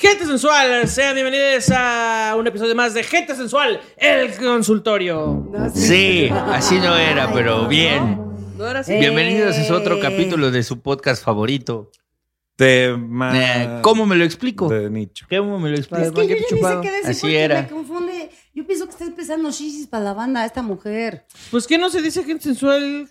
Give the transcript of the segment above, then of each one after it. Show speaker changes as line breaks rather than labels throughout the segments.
sensual, sean bienvenidos a un episodio más de Gente Sensual, el consultorio.
Sí, así no era, pero bien.
No era así.
Bienvenidos es otro
Eh.
capítulo de su podcast favorito.
Tema.
Eh, ¿Cómo me lo explico?
De nicho.
¿Cómo me lo
pues Es
explico?
que yo ya ni sé qué decir
Así
porque
era.
me confunde. Yo pienso que está empezando shishis para la banda esta mujer.
Pues que no se dice gente sensual.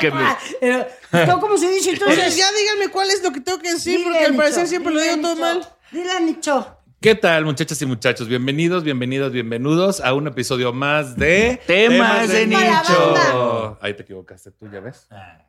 Que me-
Pero, ¿tú ¿Cómo se dice entonces?
ya díganme cuál es lo que tengo que decir,
Dile,
porque al
Nicho,
parecer siempre lo
dile,
digo todo
Nicho,
mal.
Dile a Nicho.
¿Qué tal, muchachas y muchachos? Bienvenidos, bienvenidos, bienvenidos a un episodio más de
Temas de
nicho.
Ahí te equivocaste tú, ya ves.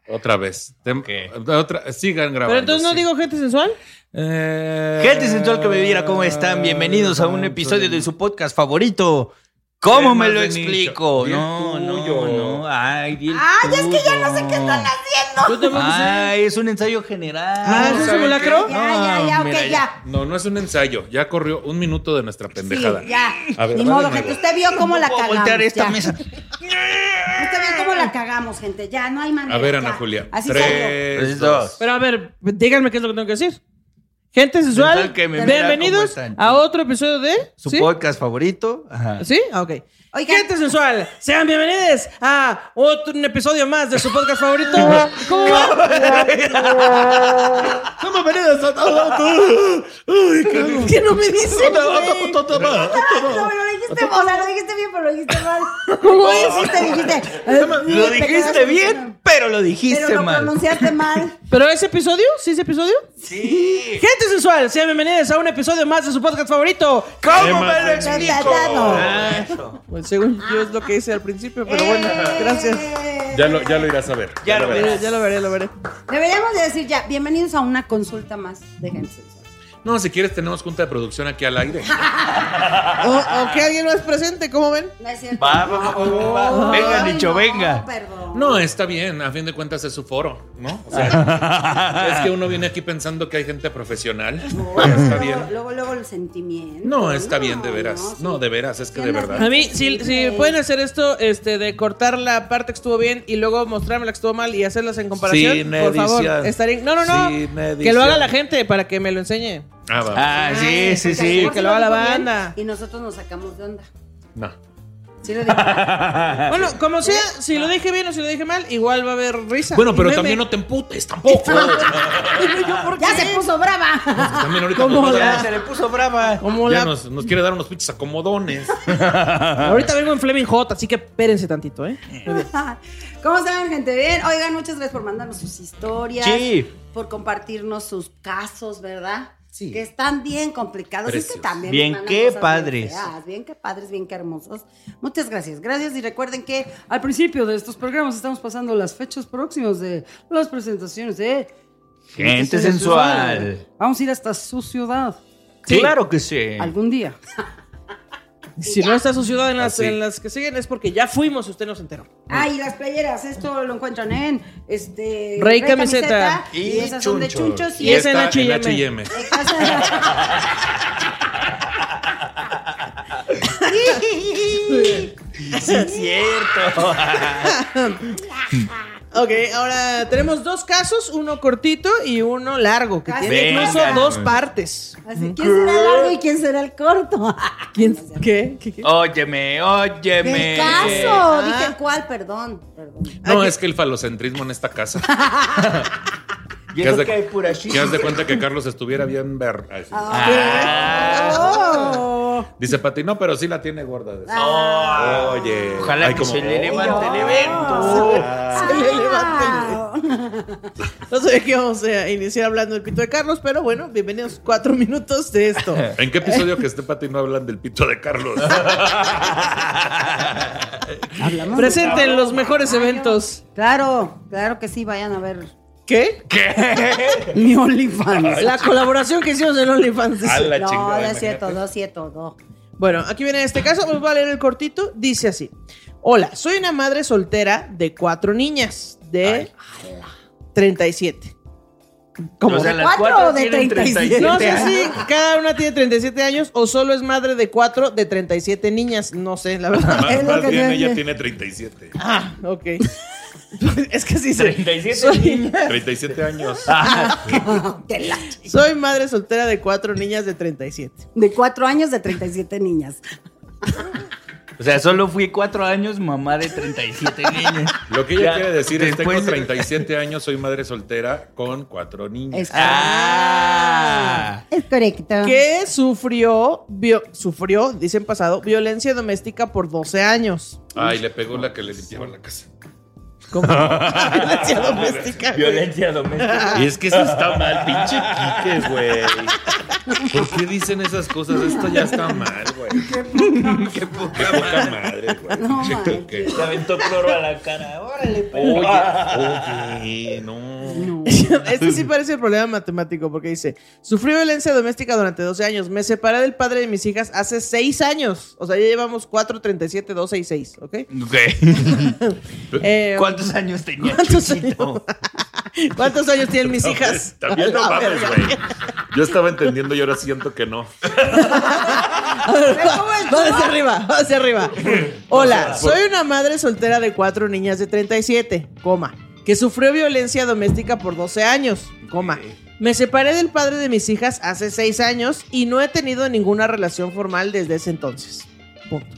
Otra vez. Tem-
Ah. Ok.
otra, sigan grabando.
Pero entonces no
sí.
digo gente sensual.
Eh,
Gente sensual que me viera, ¿cómo están? Bienvenidos a un episodio de su podcast favorito. ¿Cómo
Temas
me lo
de nicho.
explico?
Di el
No, no,
tuyo.
no. Ay, di el
Ay, es que Ah, ya no sé qué
tuyo.
están haciendo.
Ay, es un ensayo general.
Ah, ¿es un
¿Saben
simulacro?
qué?
Ya, ya, ya,
Ah,
ok,
mira,
ya.
No, no es un ensayo. Ya corrió un minuto de nuestra pendejada.
Sí, ya.
A ver,
Ni
va de
modo,
nuevo.
gente. Usted vio cómo la
Voy a
cagamos.
voltear esta
ya.
mesa.
Usted vio cómo la cagamos, gente. Ya, no hay manera.
A ver, Ana
ya.
Julia.
Así salió.
Tres,
Tres, Pues
dos.
dos.
Pero a ver, díganme qué es lo que tengo que decir. Gente sensual,
Sensual que me mira cómo
bienvenidos
están.
a otro episodio de...
Su
¿Sí?
podcast favorito. Ajá.
¿Sí? Ah, Ok.
Oigan.
Gente sensual, sean bienvenidos a otro un episodio más de su podcast favorito. ¿Cómo va? ¿Cómo bienvenidos a ¿Qué no me dicen? güey?
No, lo dijiste, o sea, lo dijiste bien, pero lo dijiste mal. ¿Cómo hiciste? Dijiste.
Lo dijiste bien, pero lo dijiste
Pero lo
mal.
pronunciaste mal.
¿Pero ese episodio? ¿Sí ese episodio?
Sí.
Gente sensual, sean bienvenidos a un episodio más de su podcast favorito.
¿Cómo me lo
Está
explico?
tratado.
Ah, eso.
Pues según yo es lo que hice al principio, pero bueno,
eh.
gracias.
Ya lo, ya lo irás a ver.
Ya lo verás.
Ya lo veré, lo veré.
Deberíamos de decir ya, bienvenidos a una consulta más de gente sensual.
No, si quieres, tenemos junta de producción aquí al aire.
O, o que Oh, alguien más presente, ¿cómo ven?
No es cierto.
Va, va, va, va, va.
Ay,
Venga, Nicho,
no,
venga.
Perdón.
No, está bien, a fin de cuentas es su foro, ¿no? O sea, es que uno viene aquí pensando que hay gente profesional. pero está
Luego-
bien.
Luego, luego el sentimiento.
No, está bien, de veras. No,
sí.
de veras, es que
Ya
de
no-
A
verdad.
mí, si, si pueden hacer esto, este, de cortar la parte que estuvo bien y luego mostrarme la que estuvo mal y hacerlas en comparación,
Sin
por favor,
edición.
estaría... No, no, no,
Sin
que lo
edición.
haga la gente para que me lo enseñe.
Ah, va.
Ah,
Ay,
sí, sí,
porque a
sí.
mejor
que lo haga
dijo
la
bien
banda.
Y nosotros nos sacamos de onda.
No.
Sí lo dijo.
Bueno, como sea, si lo dije bien o si lo dije mal, igual va a haber risa.
Bueno, pero
Meme.
también no te emputes tampoco.
ya se puso brava.
También ahorita nos, va a dar
Ya
unos-
se le puso brava.
Como
ya
la-
nos, nos quiere dar unos pinches acomodones.
Ahorita vengo en Fleming Hot, así que espérense tantito, ¿eh?
¿Cómo están, gente? Bien. Oigan, muchas gracias por mandarnos sus historias.
Sí.
Por compartirnos sus casos, ¿verdad?
Sí.
Que están bien complicados. Es que
Preciosos.
también.
Bien,
nos mandan
qué
cosas
padres.
Bien, feas, bien, qué padres, bien, qué hermosos. Muchas gracias. Gracias y recuerden que al principio de estos programas estamos pasando las fechas próximas de las presentaciones de.
Gente sensual.
Vamos a ir hasta su ciudad
Sí, Claro que sí.
algún día.
Si no está su ciudad en las,
Así.
en las que siguen es porque ya fuimos y usted nos enteró.
Ah, y las playeras, esto lo encuentran en este
Rey Camiseta.
y,
Y
esas son de
chunchos.
chunchos
Y
y,
es
está
en H&M.
H&M.
Sí, es cierto.
Ok, ahora tenemos dos casos, uno cortito y uno largo, que
Casi.
tiene incluso
Venga.
dos partes.
Así, ¿quién será el largo y quién será el corto? ¿Quién?
¿Qué? ¿Qué? qué?
Óyeme, óyeme.
El caso.
Ah.
Dije cuál, perdón. perdón.
No,
Ay,
es que el falocentrismo en esta casa.
Y
¿Qué
eso
has de-
que hay pura
Que haz de cuenta que Carlos estuviera bien ver. Ay, sí.
Ah.
Oh.
Dice Pati, no, pero sí la tiene gorda. Dice.
Ah.
Oye.
Ojalá
Ay,
que
como-
se le levante el
Dios.
evento.
se le levanta el- No sé qué vamos a iniciar hablando del pito de Carlos, pero bueno, bienvenidos cuatro minutos de esto.
¿En qué episodio que esté Pati no hablan del pito de Carlos?
Hablamos
Presenten
de-
los mejores eventos.
Claro, claro que sí, vayan a ver
¿Qué?
mi OnlyFans.
La colaboración que hicimos en OnlyFans. dice.
A la
no,
chingada.
no es
imagínate.
cierto, no es cierto, no.
Bueno, aquí viene este caso, os voy a leer el cortito. Dice así: Hola, soy una madre soltera de cuatro niñas de 37.
O
Como
sea,
¿De
las
cuatro
cuatro
o de
tienen
37?
no sé
37
si cada una tiene 37 años o solo es madre de cuatro de 37 niñas. No sé, la verdad.
Más,
Es lo
más
que
bien
yo-
ella tiene 37.
Ah, ok. es que sí se...
37 niñas.
37 años.
Ah. Qué la-
Soy madre soltera de cuatro niñas de 37.
De cuatro años de 37 niñas.
O sea, solo fui cuatro años mamá de 37 niñas.
Lo que ella
Ya,
quiere decir es tengo
después de-
37 años, soy madre soltera con cuatro niños.
Es,
Ah.
es correcto.
Que sufrió, vio- sufrió, dicen pasado, violencia doméstica por 12 años.
Ay, le pegó la que le limpiaba la casa.
Como violencia doméstica. güey.
Violencia doméstica.
Ah.
Y es que eso está mal, pinche Quique, güey. ¿Por qué dicen esas cosas? Esto ya está mal, güey. Qué poca, madre, güey.
No,
Pinche
manches.
Quique.
Le aventó cloro a la cara. Órale, pues. Ah.
Oye,
perro.
oye, no.
No.
Este sí parece el problema matemático porque dice, sufrí violencia doméstica durante 12 años, me separé del padre de mis hijas hace 6 años, o sea, ya llevamos 4, 37, 12 y 6, ¿ok? Eh,
¿Cuántos años tenía?
¿Cuántos
Chuchito?
¿Cuántos años tienen mis
No,
hijas?
pues, También no
A la
mames,
verga.
güey. Yo estaba entendiendo y ahora siento que no.
Va hacia arriba, va hacia arriba. Hola, soy una madre soltera de cuatro niñas de 37, coma, que sufrió violencia doméstica por 12 años, coma. Me separé del padre de mis hijas hace 6 años y no he tenido ninguna relación formal desde ese entonces. Punto.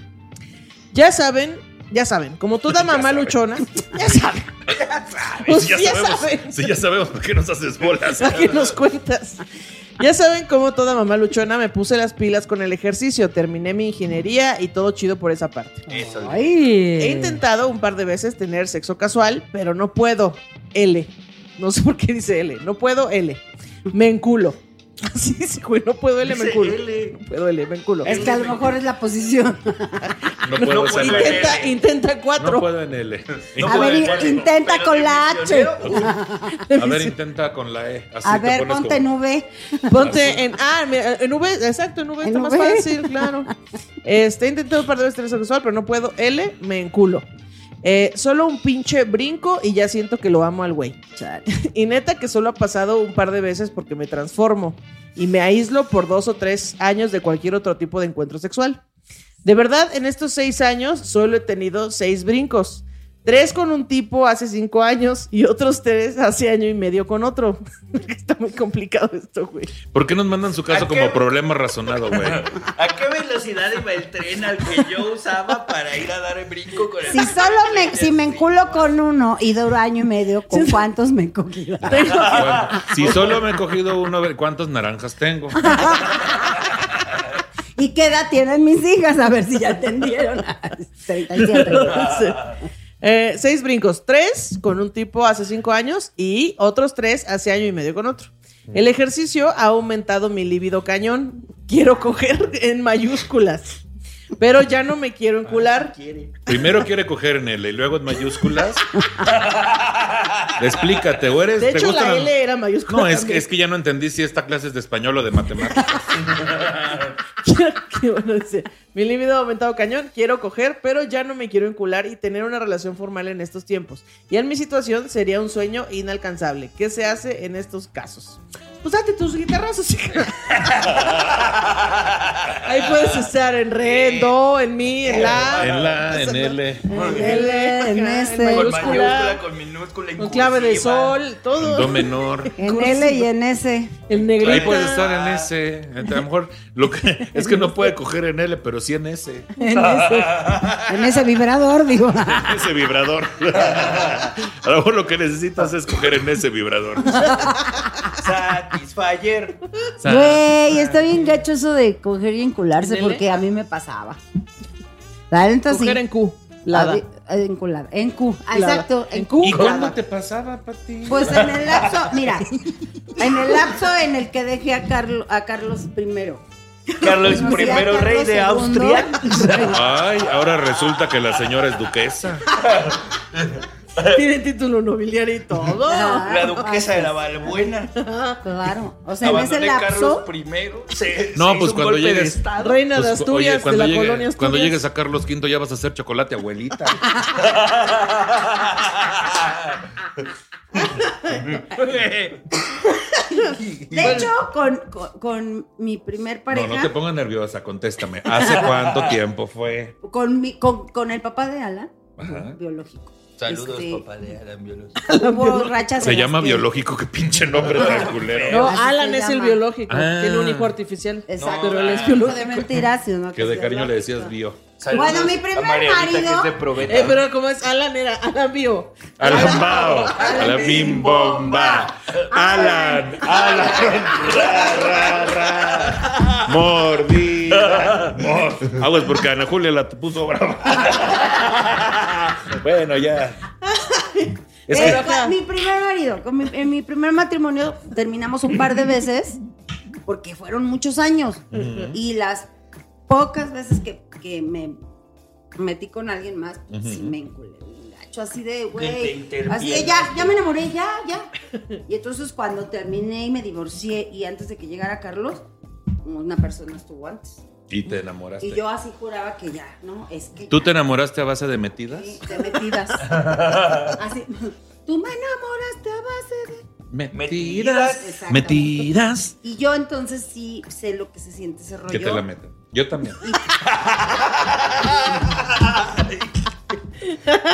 Ya saben, ya saben, como toda mamá luchona, ya saben. Pues
si
ya
ya sabemos,
saben.
si ya sabemos por qué nos haces bolas.
¿A qué nos cuentas? Ya saben cómo toda mamá luchona me puse las pilas con el ejercicio, terminé mi ingeniería y todo chido por esa parte.
Eso.
He
Ay.
intentado un par de veces tener sexo casual, pero no puedo. L. No sé por qué dice L. No puedo L. Me enculo. Así dice, güey. No puedo L, me
Dice
enculo.
L.
No puedo L, me enculo.
Es que a lo mejor es la posición.
No puedo
puedo
hacer
entender.
L.
Intenta, intenta
No
cuatro.
puedo en L.
No
a
puede,
ver,
puede,
intenta
pero
con
de
la H.
misionero.
A ver, intenta con la E. Así
A
te
ver,
pones
ponte en
como-
V.
Ponte en. Ah, mira, en V, exacto, en V
En
está más
V.
fácil, claro. Este, he intentado un par de veces tener sexo casual, pero no puedo. L, me enculo. Eh, solo un pinche brinco y ya siento que lo amo al güey. Y neta que solo ha pasado un par de veces porque me transformo y me aíslo por dos o tres años de cualquier otro tipo de encuentro sexual. De verdad, en estos seis años solo he tenido seis brincos. Tres con un tipo hace cinco años y otros tres hace año y medio con otro. Está muy complicado esto, güey.
¿Por qué nos mandan su caso
¿A
como
qué?
problema razonado, güey?
¿A qué velocidad iba el tren al que yo usaba para ir a dar el brinco con el
Si solo me, si me enculo con uno y duro año y medio, ¿con cuántos me encogí?
Bueno, si solo me he cogido uno, a ver, ¿cuántas naranjas tengo?
¿Y qué edad tienen mis hijas? A ver si ya entendieron. 37.
Entonces, eh, seis brincos, tres con un tipo hace cinco años y otros tres hace año y medio con otro. El ejercicio ha aumentado mi líbido cañón. Quiero coger en mayúsculas, pero ya no me
Ah,
quiero encular.
Primero quiere coger en L y luego en mayúsculas. Explícate, ¿o eres?
De
te
hecho,
gusta
la
la-
L era mayúscula.
No, es que,
también.
es que ya no entendí si esta clase es de español o de matemáticas.
Qué bueno, dice, Mi líbido ha aumentado cañón, quiero coger, pero ya no me quiero encular y tener una relación formal en estos tiempos. Y en mi situación sería un sueño inalcanzable. ¿Qué se hace en estos casos? Pues date tus guitarrazos, hija. Ahí puedes estar en re, en do, en mi, en la.
En la, en L.
L, en
Ajá,
S.
Con
mayúscula,
mayúscula, con minúscula,
con clave de
inclusiva.
sol, todo.
Do menor.
En L y en S.
El negrito.
Ahí puedes estar en S. A lo mejor lo que, es que no puede coger en L, pero sí en S.
En ese, en ese vibrador, digo.
Ese vibrador. A lo mejor lo que necesitas es coger en ese vibrador.
Satisfyer.
Güey, está bien gacho eso de coger y encularse
¿Nele?
porque a mí me pasaba. La neta sí.
Coger en Q.
A
Lada.
vi- eh, enculada. En Q. Ah,
Lada.
Exacto. En
¿En
Q.
Q?
¿Y cuándo
Lada.
te pasaba, Pati?
Pues en el lapso, mira, en el lapso en el que dejé a, Carlo- a Carlos primero.
Carlos
Conocí
I,
a Carlos
rey de
II.
Austria.
pues,
Ay, ahora resulta que la señora es duquesa.
Tiene título nobiliario y todo.
Ah,
La duquesa de la Valbuena.
Claro. O sea, en ese
Abandoné Carlos
lapso.
I. se-
No,
se hizo un
pues cuando
golpe de
llegues-
estado.
Reina de
Pues,
Asturias,
oye, cuando
de la
llegue-
colonia Asturias.
Cuando llegues a Carlos V ya vas a hacer chocolate, abuelita.
De hecho, con, con- con mi primer
No,
pareja.
no te pongas nerviosa, contéstame. ¿Hace cuánto tiempo fue?
con, mi- con, con el papá de Alan,
Ajá.
biológico.
Saludos,
Este-
papá de Alan Biológico.
Hubo rachas
Se
en las
llama
que-
biológico, qué pinche nombre tan culero.
No,
Así se
Alan es el
llama.
biológico.
Ah.
Tiene un hijo artificial.
Exacto.
Pero él es
Ah.
biológico.
De mentiras, sino
Que de
es
cariño le
biológico.
decías bio.
Saludos
Bueno, mi
a
primer
Marianita, que
marido-
es de Proveta.
Eh, pero como es Alan era Alan Bio.
Alan Bao, Alan Bim Bomba, Alan, Alan, ra, ra, ra, mordida. mor- Aguas porque Ana Julia la puso brava. Bueno, ya. Es
Eh,
que,
con mi primer marido, con mi- en mi primer matrimonio terminamos un par de veces porque fueron muchos años. Y las pocas veces que, que me metí con alguien más, pues, sí me enculé. bien gacho, Así de,
Te
güey.
interpieles.
Así de, ya, ya me enamoré, ya, ya. Y entonces cuando terminé y me divorcié y antes de que llegara Carlos, una persona estuvo antes.
y te enamoraste.
Y yo así juraba que ya, ¿no? Es que
¿Tú
ya.
te enamoraste a base de metidas?
Sí, de metidas. Así. Tú me enamoraste a base de.
Metidas.
Exactamente.
Metidas.
Y yo entonces sí sé lo que se siente ese rollo.
Que te la meten. Yo también.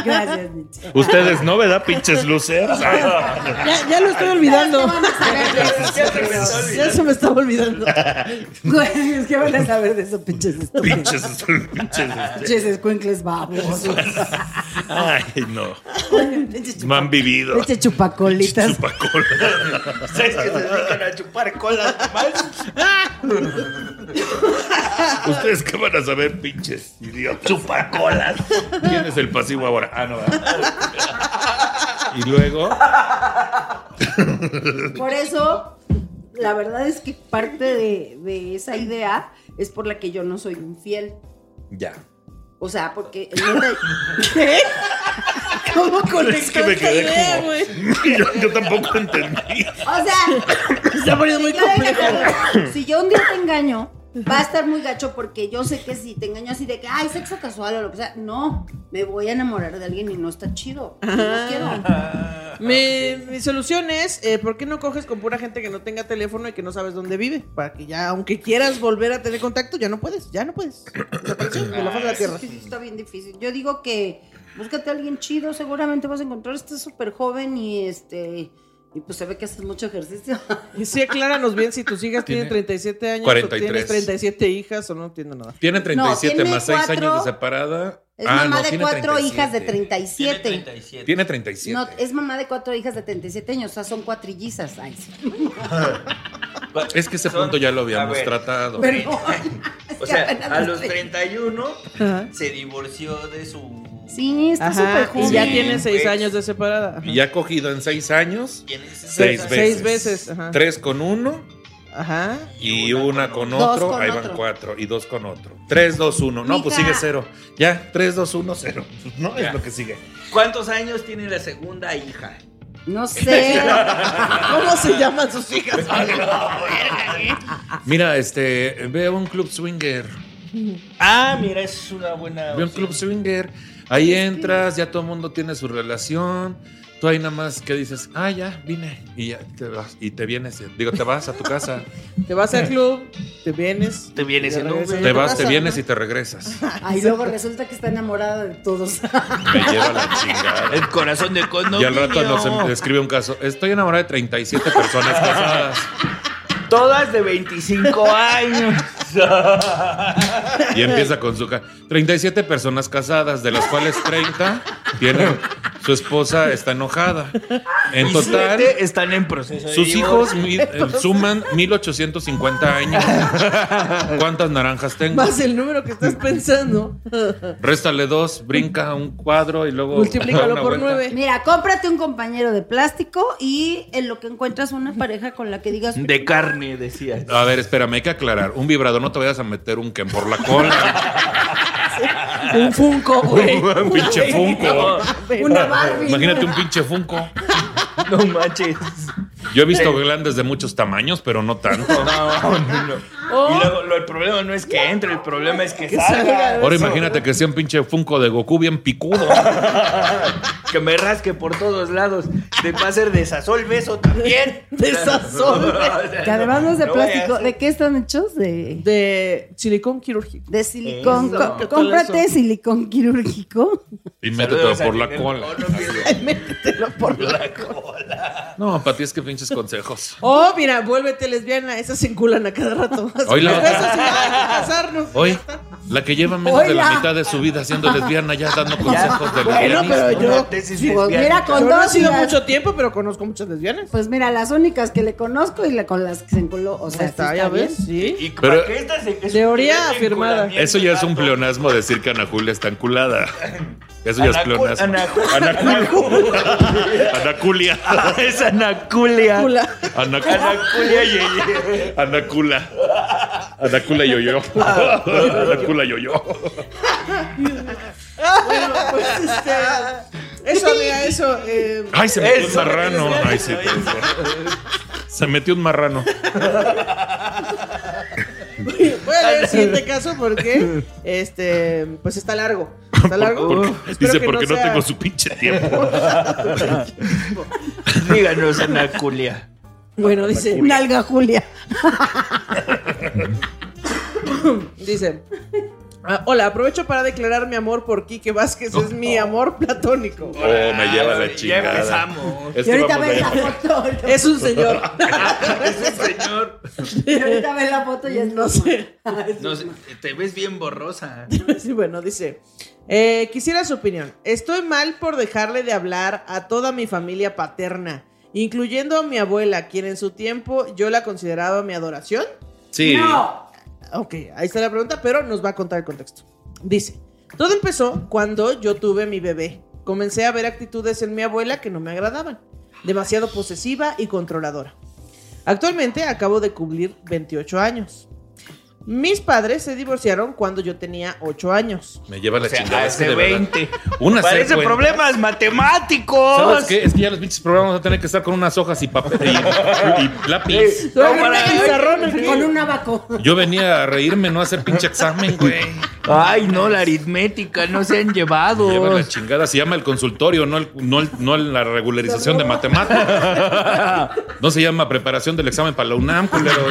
Gracias, Nietzsche.
Ustedes no, ¿verdad? Pinches luceros.
Ya, ya lo estoy olvidando.
Pero es que van a saber de eso,
ya se me estaba olvidando.
güey. Es que van a saber de esos pinches estúpidos.
Pinches, pinches.
Pinches escuincles babosos.
Ay, no.
Pinches
No han
chupa-
vivido.
pinches chupacolitas.
Chupacola.
¿Sabes que se dedican a chupar colas más?
Ustedes qué van a saber, pinches idiotas. Chupacolas. ¿Quién es el pasivo ahora? Ah, no. ¿verdad? Y luego.
Por eso, la verdad es que parte de, de esa idea es por la que yo no soy infiel.
Ya.
O sea, porque. neta-
¿Qué? ¿Cómo conectó
Es que me
esta
quedé
idea,
como-
güey?
Yo, yo tampoco entendí.
O sea,
Se está poniendo muy
yo de
complejo.
verdad, si yo un día te engaño, va a estar muy gacho porque yo sé que si te engaño así de que, ay, sexo casual o lo que sea, no, me voy a enamorar de alguien y no está chido. y
Ah.
No quiero.
Mi, mi solución es, eh, ¿por qué no coges con pura gente que no tenga teléfono y que no sabes dónde vive? Para que ya, aunque quieras volver a tener contacto, ya no puedes, ya no puedes. Desapareció de la faz de la tierra.
Es que sí Está bien difícil. Yo digo que búscate a alguien chido, seguramente vas a encontrar. Estás súper joven y este. Y pues se ve que haces mucho ejercicio.
Y sí, acláranos bien si tus hijas tienen
Tiene
37 años o
43.
tienes 37 hijas o no entiendo nada.
Tiene 37
No, tiene
más 6
cuatro-
años de separada.
Es
Ah,
mamá
no,
de
tiene
cuatro hijas de
37.
37.
37.
Tiene 37.
No, es mamá de cuatro hijas de 37 años, o sea, son cuatrillizas. Ay, sí.
Es que ese
Son-
punto ya lo
a
habíamos
ver,
tratado.
Perdón.
O sea,
apenas
a
los
los
30.
31
Ajá.
se divorció de su.
Sí, está súper
Ajá,
joven.
y ya
joven.
tiene 6
Pues-
años de separada. Ajá.
Y ha cogido en 6 años.
¿Quién es esa?
Seis
Esa-
veces.
Seis veces, ajá.
3 con uno.
Ajá.
Y
Y una
una
con
con
otro.
otro,
Dos con
ahí van
otro.
cuatro. Y dos con otro. Tres, dos, uno. No, pues
Mija.
sigue cero. Ya, tres, dos, uno, cero. No es lo que sigue.
¿Cuántos años tiene la segunda hija?
No sé.
¿Cómo se llaman sus hijas?
Mira, este, veo un club swinger.
Ah, mira, esa es una buena.
Veo un
opción.
club swinger. Ahí entras, ya todo el mundo tiene su relación. Tú ahí nada más que dices, ah, ya, vine. Y ya te vas. Y te vienes. Digo, te vas a tu casa.
Te vas al club, te vienes.
Te vienes en
regresas
Uber.
a
te
tu
vas, te
casa,
vienes
¿no?
y te regresas.
Ay, luego resulta que está enamorada de todos.
Me lleva la chingada.
El corazón de
Y
condominio.
al rato nos em- escribe un caso. Estoy enamorada de 37 personas casadas.
Todas de 25 años.
Y empieza con su ca- 37 personas casadas, de las cuales 30 tienen su esposa está enojada. En
Y
total,
siete están en proceso. de
sus hijos
divorcio.
mi- eh, suman 1850 años. ¿Cuántas naranjas tengo?
Más el número que estás pensando.
Réstale dos, brinca un cuadro y luego da
Multiplícalo
Oh. una
por
vuelta.
nueve.
Mira, cómprate un compañero de plástico y en lo que encuentras una pareja con la que digas.
De carne, decía.
A ver, espérame, hay que aclarar. Un vibrador, no te vayas a meter un Ken por la cola.
Un Funko, güey.
Un pinche
No,
funko.
Una Barbie.
Imagínate un pinche funko.
no manches.
Yo he visto glandes de muchos tamaños, pero no tanto.
Oh, No, no, no. Y luego lo- el problema no es que entre, el problema es que salga.
salga.
Ahora imagínate que sea un pinche Funko de Goku bien picudo.
Que me rasque por todos lados. Te va a hacer desazó el beso también.
Desazó el beso.
O sea,
Que además no es de
no voy a
plástico.
hacer-
¿De qué están hechos? De,
De silicón quirúrgico.
de silicón.
Eso.
Co- cómprate silicón quirúrgico.
Y
Saludos
métetelo
a
por la
Ninel.
cola.
Oh, no quiero.
Ay, métetelo por la
No, para ti es que pinches consejos.
Oh, mira, vuélvete lesbiana. Esas se enculan a cada rato.
Hoy la-
Los besos y ya, hay que casarnos.
Hoy, la que lleva menos de la
Hola.
mitad de su vida siendo lesbiana ya dando
Ya.
consejos de
Bueno,
lesbianismo.
pero yo.
Una tesis
sí,
Pues
lesbiana.
mira,
yo
con
no ha
dos. y
sido
las-
mucho tiempo, pero conozco muchas lesbianas.
Pues mira, las únicas que le conozco y la, con las que se encoló. O sea,
Ahí está,
sí
ya
está
ves. Sí.
bien.
Y
Pero-
para que esta se- es
Teoría
un
afirmada.
vinculamiento,
Eso ya es un
vato.
pleonasmo decir que Ana Julia está enculada. Eso ya es
Anacu-
pleonasmo.
Anacu-
Anaculia.
es anaculia.
Cula.
Anaculia.
Anaculia Yeye.
Anacula. Anacula yo-yo. Anacula yo-yo.
Bueno, pues este. Eso, amiga, eso. eh,
Ay, se metió un
Eso,
marrano.
eso,
Ay, sí,
eso.
pensé. Se metió un marrano.
Voy a leer el siguiente caso porque este pues está largo. Está largo.
Porque-
Espero
dice,
que
porque no
sea-
tengo su pinche tiempo.
Díganos, Anaculia.
Bueno, dice,
Nalga Julia.
dice. "Ah, hola, aprovecho para declarar mi amor por Quique Vázquez, es mi amor platónico.
Oh, me lleva la
Ya
chingada.
empezamos.
Es
Y
que
Este
ahorita
Este vamos
ves la
a-
foto.
Es un señor.
Ese señor.
Y ahorita ves la foto y es
No sé.
No sé, te ves bien borrosa.
Sí, bueno, dice. eh, quisiera su opinión. Estoy mal por dejarle de hablar a toda mi familia paterna, incluyendo a mi abuela, quien en su tiempo yo la consideraba mi adoración.
Sí.
No.
Ok, ahí está la pregunta, pero nos va a contar el contexto. Dice, todo empezó cuando yo tuve mi bebé. Comencé a ver actitudes en mi abuela que no me agradaban. Demasiado posesiva y controladora. Actualmente acabo de cumplir 28 años. Mis padres se divorciaron cuando yo tenía 8 años.
Me lleva la
O sea,
chingada. es que
hace
de verdad.
20.
Una
Parece
secuencia.
problemas matemáticos.
¿Sabes qué? Es que ya los pinches programas van a tener que estar con unas hojas y papel y, y lápiz.
Tú agarra
para-
un pizarrón aquí.
Con un abaco.
Yo venía a reírme, no a hacer pinche examen, güey.
Ay, no, la aritmética, no se han llevado.
Me Lleva la chingada. Se llama el consultorio, no, el- no, el- no la regularización de matemáticas. No se llama preparación del examen para la UNAM, culero.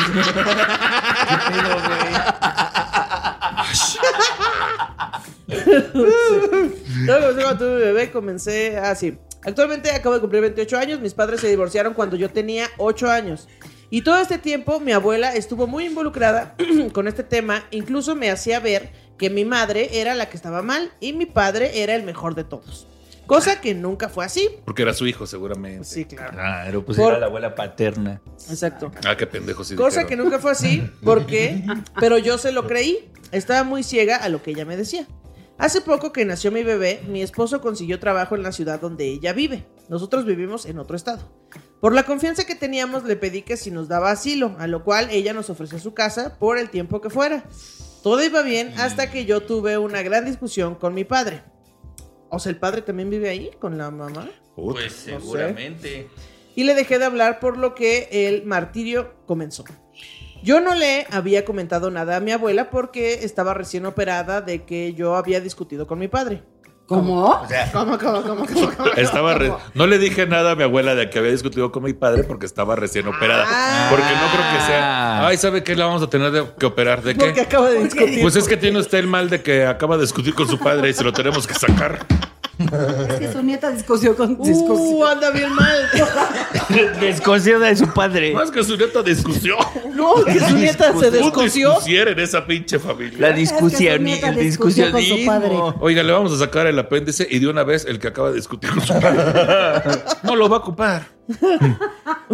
Todo empezó cuando tuve mi bebé, comencé así. Actualmente acabo de cumplir 28 años, mis padres se divorciaron cuando yo tenía 8 años. Y todo este tiempo mi abuela estuvo muy involucrada con este tema, incluso me hacía ver que mi madre era la que estaba mal y mi padre era el mejor de todos. Cosa que nunca fue así.
Porque era su hijo, seguramente.
Sí, claro.
Ah, pero pues
Por-
era la abuela paterna.
Exacto.
Ah, qué pendejo. Sí
Cosa
dijeron.
que nunca fue así, porque, pero yo se lo creí. Estaba muy ciega a lo que ella me decía. Hace poco que nació mi bebé, mi esposo consiguió trabajo en la ciudad donde ella vive. Nosotros vivimos en otro estado. Por la confianza que teníamos le pedí que si nos daba asilo, a lo cual ella nos ofreció su casa por el tiempo que fuera. Todo iba bien hasta que yo tuve una gran discusión con mi padre. O sea, el padre también vive ahí con la mamá.
Puta.
Pues seguramente.
y le dejé de hablar por lo que el martirio comenzó. Yo no le había comentado nada a mi abuela porque estaba recién operada de que yo había discutido con mi padre.
¿Cómo?
O sea,
¿Cómo, cómo, cómo, cómo? cómo?
Estaba re- no le dije nada a mi abuela de que había discutido con mi padre porque estaba recién operada.
Ah.
Porque no creo que sea. Ay, ¿sabe qué? La vamos a tener de- que operar. ¿De
Porque
qué?
acaba de discutir.
Pues es que tiene usted el mal de que acaba de discutir con su padre y se lo tenemos que sacar.
Es que su nieta discusió con
Uh,
discusió.
anda bien mal.
desconocido de su padre.
Más que su neta discusión.
No, que su nieta se
Un
descoció.
discusión en esa pinche familia.
La
Es que su
discusión,
nieta
el
discutió con su
discusionismo.
Oiga, le vamos a sacar el apéndice y de una vez el que acaba de discutir con su padre. No lo va a ocupar.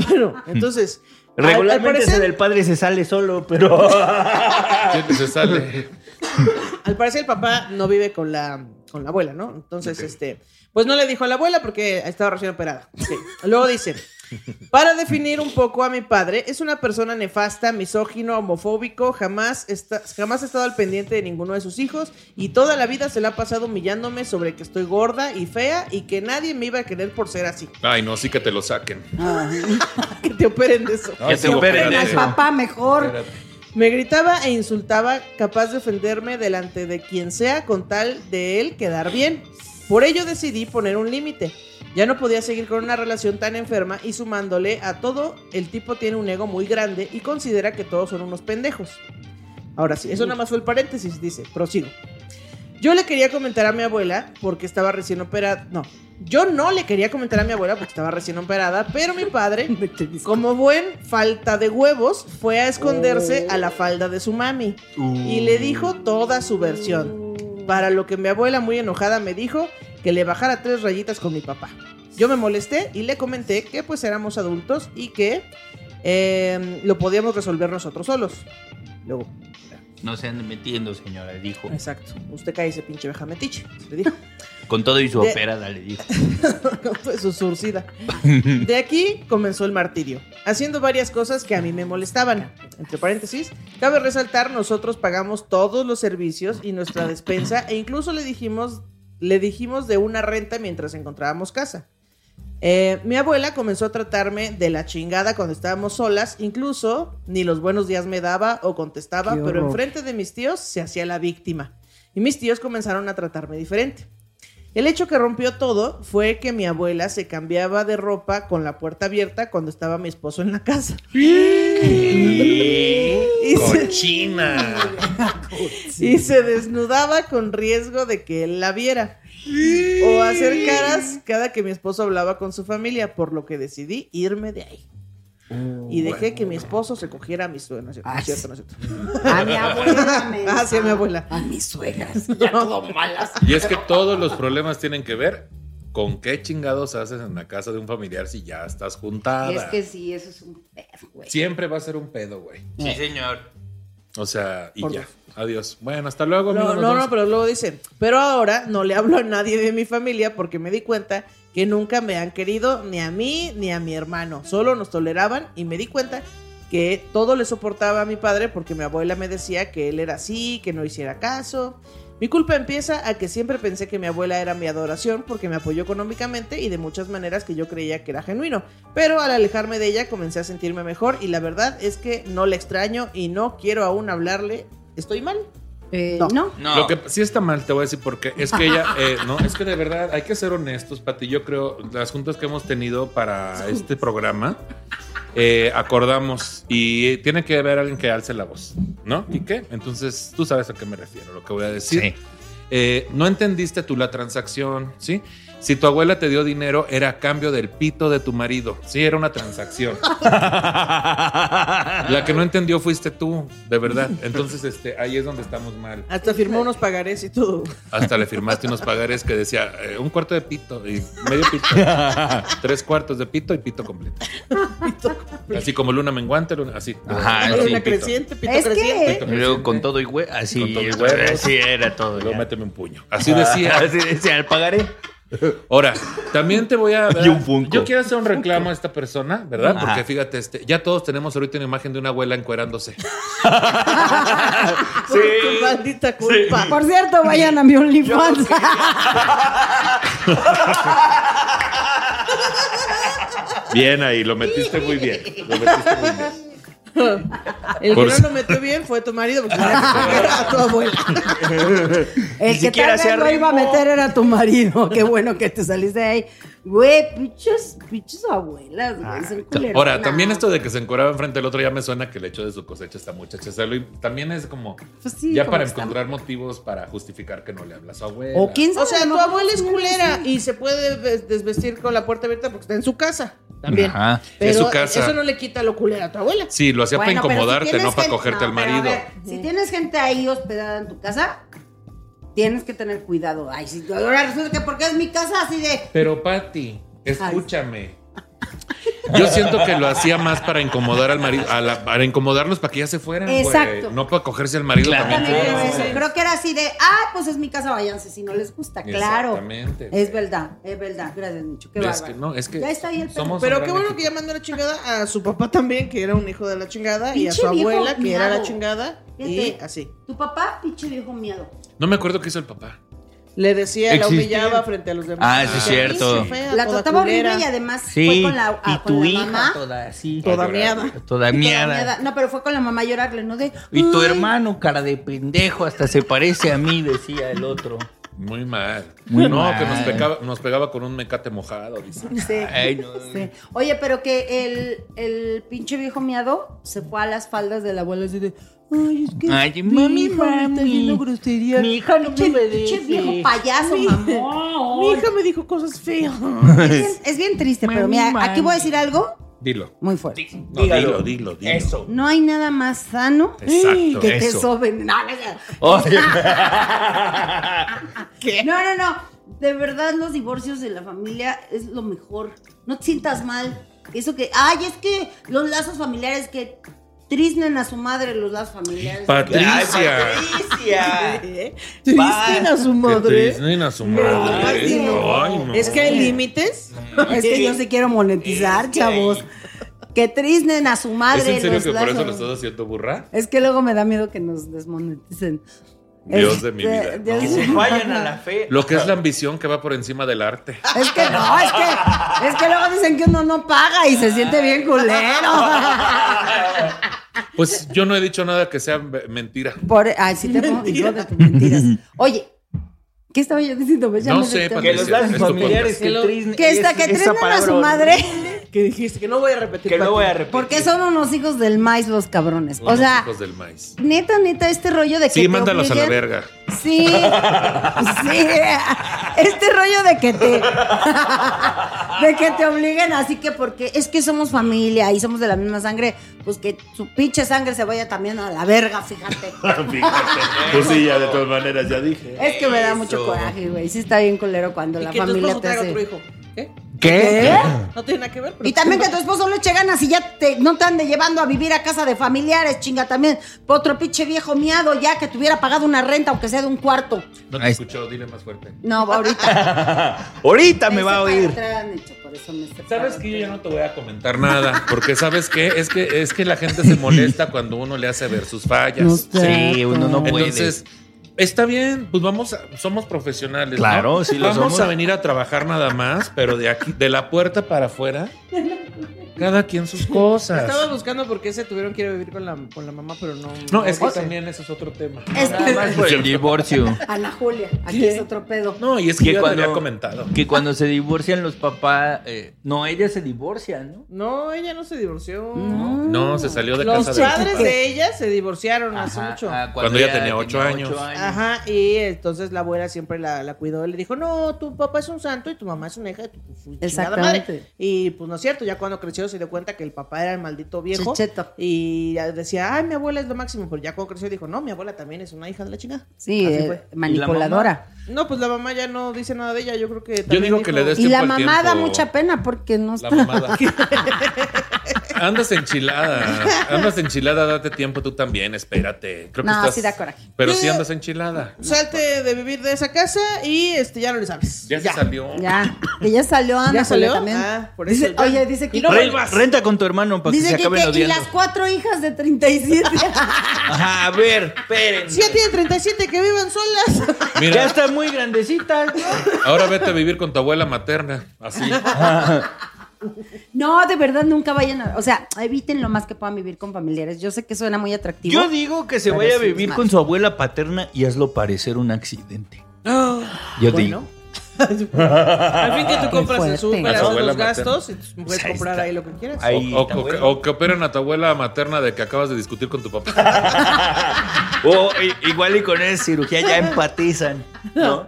Bueno, entonces. al- al
Regularmente ese
parecer-
del padre se sale solo, pero
Ah.
¿Quién se sale?
Al parecer el papá no vive con la, con la abuela, ¿no? Entonces, este, pues no le dijo a la abuela porque estaba recién operada. Sí. Luego dice, para definir un poco a mi padre, es una persona nefasta, misógino, homofóbico, jamás, está, jamás ha estado al pendiente de ninguno de sus hijos y toda la vida se la ha pasado humillándome sobre que estoy gorda y fea y que nadie me iba a querer por ser así.
Ay, no, sí que te lo saquen.
Que te operen de eso.
Ay,
te
sí,
operen
opérate.
Al papá mejor.
Me gritaba e insultaba, capaz de ofenderme delante de quien sea con tal de él quedar bien. Por ello decidí poner un límite. Ya no podía seguir con una relación tan enferma y sumándole a todo, el tipo tiene un ego muy grande y considera que todos son unos pendejos. Ahora sí, eso nada más fue el paréntesis, dice, prosigo. Yo le quería comentar a mi abuela porque estaba recién operada. No, yo no le quería comentar a mi abuela porque estaba recién operada, pero mi padre, como buen falta de huevos, fue a esconderse a la falda de su mami y le dijo toda su versión. Para lo que mi abuela, muy enojada, me dijo que le bajara tres rayitas con mi papá. Yo me molesté y le comenté que pues éramos adultos y que eh, lo podíamos resolver nosotros solos. Luego,
No se anden metiendo, señora, dijo.
exacto, usted cae ese pinche vieja metiche, le dijo.
Con todo y su
De-
operada, le dijo.
Eh.
Pues, su surcida. De aquí comenzó el martirio, haciendo varias cosas que a mí me molestaban. Entre paréntesis, cabe resaltar, nosotros pagamos todos los servicios y nuestra despensa e incluso le dijimos, le dijimos de una renta mientras encontrábamos casa. Eh, mi abuela comenzó a tratarme de la chingada cuando estábamos solas, incluso ni los buenos días me daba o contestaba,
Qué
pero
horror.
enfrente de mis tíos se hacía la víctima. Y mis tíos comenzaron a tratarme diferente. El hecho que rompió todo fue que mi abuela se cambiaba de ropa con la puerta abierta cuando estaba mi esposo en la casa. Y se,
Cochina.
y se desnudaba con riesgo de que él la viera. O hacer caras cada que mi esposo hablaba con su familia, por lo que decidí irme de ahí.
Oh,
Y dejé que mi esposo se cogiera a mi suegra. No es cierto, no es cierto, no es cierto.
A mi abuela. me-
Ah, sí, a mi abuela.
A mis suegras. Ya todo malas.
Y es que todos los problemas tienen que ver con qué chingados haces en la casa de un familiar si ya estás juntada.
Es que sí, eso es un pedo, güey.
Siempre va a ser un pedo, güey.
Sí, señor.
O sea, y
Por
ya. Adiós. Bueno, hasta luego.
No,
amigos, nos
no,
vemos.
no, pero luego dice, pero ahora no le hablo a nadie de mi familia porque me di cuenta que nunca me han querido ni a mí ni a mi hermano, solo nos toleraban y me di cuenta que todo le soportaba a mi padre porque mi abuela me decía que él era así, que no hiciera caso. Mi culpa empieza a que siempre pensé que mi abuela era mi adoración porque me apoyó económicamente y de muchas maneras que yo creía que era genuino. Pero al alejarme de ella comencé a sentirme mejor y la verdad es que no la extraño y no quiero aún hablarle. ¿Estoy mal?
Eh,
No.
no.
No.
Lo que sí está mal, te voy a decir porque es que ella, eh, no, es que de verdad hay que ser honestos, Pati. Yo creo las juntas que hemos tenido para este programa eh, acordamos y tiene que haber alguien que alce la voz, ¿no? ¿Y qué? Entonces tú sabes a qué me refiero, lo que voy a decir.
Sí.
Eh, no entendiste tú la transacción, ¿sí? Si tu abuela te dio dinero, era a cambio del pito de tu marido. Sí, era una transacción. La que no entendió fuiste tú, de verdad. Entonces, este, ahí es donde estamos mal.
Hasta firmó unos pagarés y todo.
Hasta le firmaste unos pagares que decía eh, un cuarto de pito y medio pito, tres cuartos de pito y pito completo. Así como luna menguante, luna- así.
Ajá, sí.
Así,
Una
Ah, pito.
creciente, pito
Es que-
creciente.
Pito
Y luego con
creciente.
todo y güey, así,
Con todo y
güey,
huevos.
así era todo.
Luego
ya.
méteme un puño. Así decía.
Así Ah, decía, al pagaré.
Ahora, también te voy a.
Y un Funko. Ah.
Yo quiero hacer un reclamo a esta persona, ¿verdad?
Ajá.
Porque fíjate, este, ya todos tenemos ahorita una imagen de una abuela encuerándose.
Por tu maldita culpa.
Ah, Por cierto, vayan a mi OnlyFans.
Bien ahí, lo metiste muy bien. Lo metiste muy bien.
El
Por-
que no lo metió bien fue tu marido porque era a tu abuela.
El que
siquiera
tal
se
vez lo iba a
arrimó.
meter era tu marido. Qué bueno que te saliste de ahí. Güey, pinches, pinches abuelas,
Ah,
güey. Son culeronas.
Ahora, también esto de que se encueraba enfrente del otro ya me suena que el hecho de su cosecha esta muchacha. o sea, lo- También es como.
Pues sí,
ya
como
para
que está-
encontrar motivos para justificar que no le hablas a su abuela.
O quién
O
sabe,
sea,
no,
tu abuela es
no,
culera
sí.
y se puede des- desvestir con la puerta abierta porque está en su casa también.
Ajá.
Pero
Es su casa.
eso no le quita lo culera a tu abuela.
Sí, lo hacía
Bueno,
para
pero si
incomodarte,
tienes
no para
gente-
cogerte al
no, pero a
marido.
ver, si tienes gente ahí hospedada en tu casa, tienes que tener cuidado. Ay, si ahora resulta que porque es mi casa así de.
Pero Patti, escúchame. Yo siento que lo hacía más para incomodar al marido, a la- para incomodarnos para que ya se fueran, güey.
Exacto.
No para cogerse al marido
Claro.
también.
Exactamente,
fue-
eso. Creo que era así de, ah, pues es mi casa, váyanse si no les gusta, claro.
Exactamente.
Es verdad, es verdad. Gracias, Nicho. Qué
Es
bárbaro.
que no, es que
Ya está ahí el perro.
somos-
Pero
gran
qué bueno
equipo.
que ya mandó la chingada a su papá también, que era un hijo de la chingada, y a
Pinche
su
viejo
abuela, que era la
miado.
chingada, y
Fíjate.
así.
Tu papá, pinche viejo miedo.
no me acuerdo qué hizo el papá.
Le decía, la
Existe.
humillaba frente a los demás.
Ah, sí, es cierto.
La trataba horrible y
además
además fue
Sí,
con la, a-
y
con
tu
la
hija
mamá.
toda así.
toda miada.
Toda
y con la
miada.
mierda. No, pero fue con la mamá a llorarle, ¿no? De,
Y tu
"Ay".
hermano, cara de pendejo, hasta se parece a mí, decía el otro.
Muy mal.
Muy
no,
mal.
que nos pegaba, nos pegaba con un mecate mojado, dice.
Sí,
Ay, no.
sí. Oye, pero que el, el pinche viejo miado se fue a las faldas de la abuela así de. Ay, es que. mi
Ay, mami,
hija me está haciendo
mami.
grosería.
Mi hija no me
Pinche- pinche
obedece.
viejo payaso, mamón.
Mi hija me dijo cosas feas.
Es bien, es bien triste, pero
Mami,
mira, aquí
mami.
voy a decir algo
Dilo.
muy fuerte.
No, dilo, dilo, dilo.
Eso.
No hay nada más sano
Exacto,
que te
eso.
soben. No, no, no.
Oye.
No, no, no. De verdad, los divorcios de la familia es lo mejor. No te sientas mal. Eso que, ay, es que los lazos familiares que triznen a su madre los lazos familiares.
Patricia. Ah.
Patricia.
Tristen a ¿Eh? su
Que
madre.
Disney a su madre.
Ay, no.
Ay, no.
Es que hay límites.
es que yo sí quiero monetizar, chavos. Que triznen a su madre
Este. ¿Es en
los
serio que por eso
lazos.
lo estás haciendo burra?
Es que luego me da miedo que nos desmoneticen.
Dios de mi
Este,
vida.
Dios
Que
de
se
mi
Vayan a
vida.
la fe.
Lo que es la ambición que va por encima del arte.
Es que no, es que, es que luego dicen que uno no paga y se siente bien culero.
Pues yo no he dicho nada que sea me- mentira.
Por, ay, sí te pongo hijo de tus mentiras. Oye, ¿qué estaba yo diciendo? Pues ya
No
me
sé,
metí.
Que los
Patricia,
lazos
es tu
familiares
podcast.
que trisne.
Que esta
es-
que
esa
trisnen a su
palabra
madre.
Que dijiste que no voy a repetir.
Que no
Pati.
voy a repetir.
Porque son unos hijos del maíz los cabrones. O
Unos
sea,
hijos del maíz.
neta, neta, este rollo de que.
Sí,
te
mándalos a la
obliguen-
verga.
Sí. Sí. Este rollo de que te. De que te obliguen, así que porque es que somos familia y somos de la misma sangre, pues que su pinche sangre se vaya también a la verga, fíjate.
Fíjate. Pues sí, ya de todas maneras, ya dije.
Es que me da mucho
Eso.
coraje, güey. Sí está bien culero cuando
Y
la
que tu
familia
esposo
te
traiga
hace. ¿Eh?
otro hijo. ¿Qué?
¿Qué?
No tiene nada que ver. pero-
Y también que a tu esposo le eche ganas y ya te, no te ande llevando a vivir a casa de familiares, chinga también. Por otro pinche viejo miado ya que te hubiera pagado una renta, aunque sea de un cuarto.
No te
Ahí-
escuchó, dile más fuerte.
No, va ahorita.
Ahorita me va a
Ese
oír.
padre era Nicho, por eso me separo.
Sabes que yo ya no te voy a comentar nada, porque sabes qué, es que es que la gente se molesta cuando uno le hace ver sus fallas.
No sé.
Sí, uno no puede.
Entonces, está bien, pues vamos, a- somos profesionales. ¿no?
Claro, sí lo
Vamos
somos.
a venir a trabajar nada más, pero de aquí, de la puerta para afuera, cada quien sus
Estaba
cosas.
buscando por qué se tuvieron que ir a vivir con la, con la mamá, pero no.
No, es que
sé.
también ese es otro tema.
Es que-
Más por el divorcio.
Ana Julia, aquí
¿Qué?
es otro pedo.
No, y es que
Que
yo ya te
cuando-
había comentado.
Que cuando se divorcian los papás. eh, no, ella se divorcia, ¿no?
No, ella no se divorció.
No, se salió de
Los
casa de
padres de ella se divorciaron hace
Ajá,
mucho.
ah,
Cuando ella tenía ocho años.
Ajá, y entonces la abuela siempre la, la cuidó y le dijo, no, tu papá es un santo y tu mamá es una hija de tu su chingada madre.
Exactamente.
Y pues no es cierto, ya cuando creció se dio cuenta que el papá era el maldito viejo.
Checheto.
Y ya decía, ay, mi abuela es lo máximo, pero ya cuando creció dijo, no, mi abuela también es una hija de la chingada.
Sí,
Así
eh,
fue.
manipuladora.
No, pues la mamá ya no dice nada de ella, yo creo que... también
digo que
dijo-
le des-
Y la
Tiempo al
mamá da
tiempo.
mucha pena porque no
La
está.
mamada. Andas enchilada. Andas enchilada, date tiempo tú también, espérate. Creo que
No,
estás-
sí da coraje.
Pero sí andas enchilada.
Salte de vivir de esa casa y este ya no le sabes.
Ya, se salió.
Ya, que ya salió Ana
¿Ya
Julia
salió?
también.
Ah, por
Dice-
eso ya.
oye, dice que
Y no
Ren-
vuelvas.
renta con tu hermano para que se
pues, Dice que,
acaben
que- y
odiando.
las cuatro hijas de 37.
Ajá, a ver, esperen.
Si ya tiene 37 que vivan solas.
Mira,
Ya están muy grandecitas. ¿no?
ahora vete a vivir con tu abuela materna. Así.
no, de verdad nunca vayan a, o sea, eviten lo más que puedan vivir con familiares. Yo sé que suena muy atractivo.
Yo digo que se
Pero
vaya a
sí,
vivir
es
con
más.
su abuela paterna y hazlo parecer un accidente.
Ah.
Yo digo.
Al fin que tú compras
fuerte.
el súper,
A su
haces
abuela
los
materna.
gastos y tú puedes
Ahí
comprar
está.
ahí lo que quieras.
Ahí.
O, o- o- o que operen a tu abuela materna de que acabas de discutir con tu papá.
O i- igual y con esa cirugía ya empatizan. ¿no?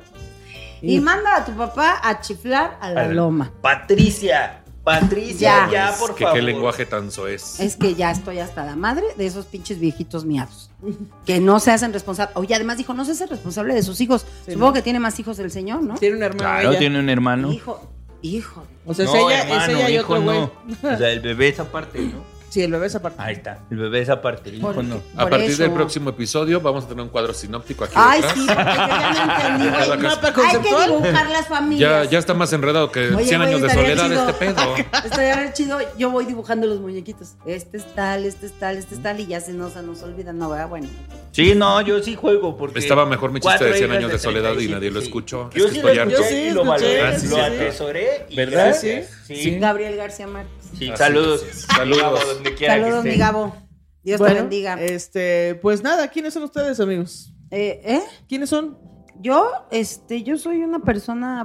Y manda a tu papá a chiflar a la
Al-
loma.
Patricia, Patricia,
Ya.
ya,
Es
por
que
favor.
qué lenguaje tan soez.
Es que ya estoy hasta la madre de esos pinches viejitos miados. Que no se hacen responsables. Oye, además dijo, no se hace responsable de sus hijos.
Sí,
Supongo
¿no?
que tiene más hijos del señor, ¿no?
Tiene un hermano.
Claro,
ella.
tiene un hermano.
Hijo, hijo.
O sea, es
No,
ella, es
hermano,
ella y
hijo,
otro güey.
no. O sea, el bebé esa parte, ¿no?
Sí, el bebé es aparte.
Ahí está. El bebé es aparte. el hijo
Por-
no.
A
por
partir
eso.
del próximo episodio vamos a tener un cuadro sinóptico aquí.
Ay,
detrás.
sí, porque yo ya no entendí, güey.
Cada casa.
¿Mapa
Hay que
conceptual?
dibujar las
Ya,
familias.
ya está más enredado que
Oye,
100
güey,
años de
estaría
soledad
chido.
este pedo.
Estaría re chido, yo voy dibujando los muñequitos. Este es tal, este es tal, este es tal, y ya se nos, se nos olvida. No, ¿verdad? Bueno.
Sí, no, yo sí juego porque...
Estaba mejor mi chiste
cuatro
de 100
hijas
años de soledad y
37,
nadie lo
sí.
escuchó.
Yo
Es que
sí lo
estoy harto.
escuché
Yo sí,
y lo valoré,
escuché,
lo
sí.
atesoré. y
¿Verdad?
gracias. Sí,
Sí.
Gabriel García Márquez.
Sí,
Así
saludos.
es. Saludos.
Gabo, donde quiera que
Saludos,
esté.
mi Gabo. Dios
Bueno,
te bendiga. Eh,
Este, pues nada, ¿quiénes son ustedes, amigos?
¿eh?
¿Quiénes son?
Yo, este, yo soy una persona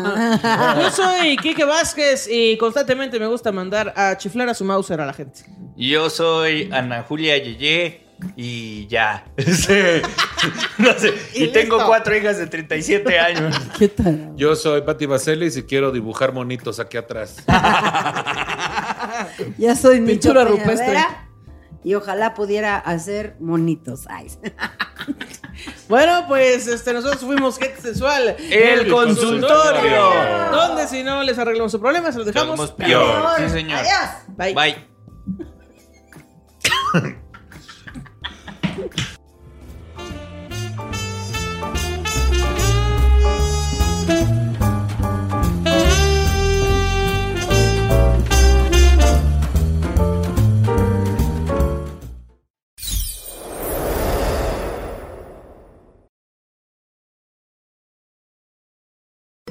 buena.
Yo soy Quique Vázquez y constantemente me gusta mandar a chiflar a su Mauser a la gente.
Yo soy Ana Julia Yeye y ya. Sí. No sé.
Y
Y, tengo
listo.
cuatro hijas de 37 años.
¿Qué tal?
Yo soy Pati Vaselis y quiero dibujar monitos aquí atrás.
Ya soy mi
Pintura rupestre.
Y ojalá pudiera hacer monitos. Ay.
Bueno, pues este, nosotros fuimos Gente Sensual.
El consultorio.
Donde si no les arreglamos su problema, se los dejamos.
Somos peor. Sí, señor.
Adiós.
Bye.
Bye.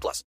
plus.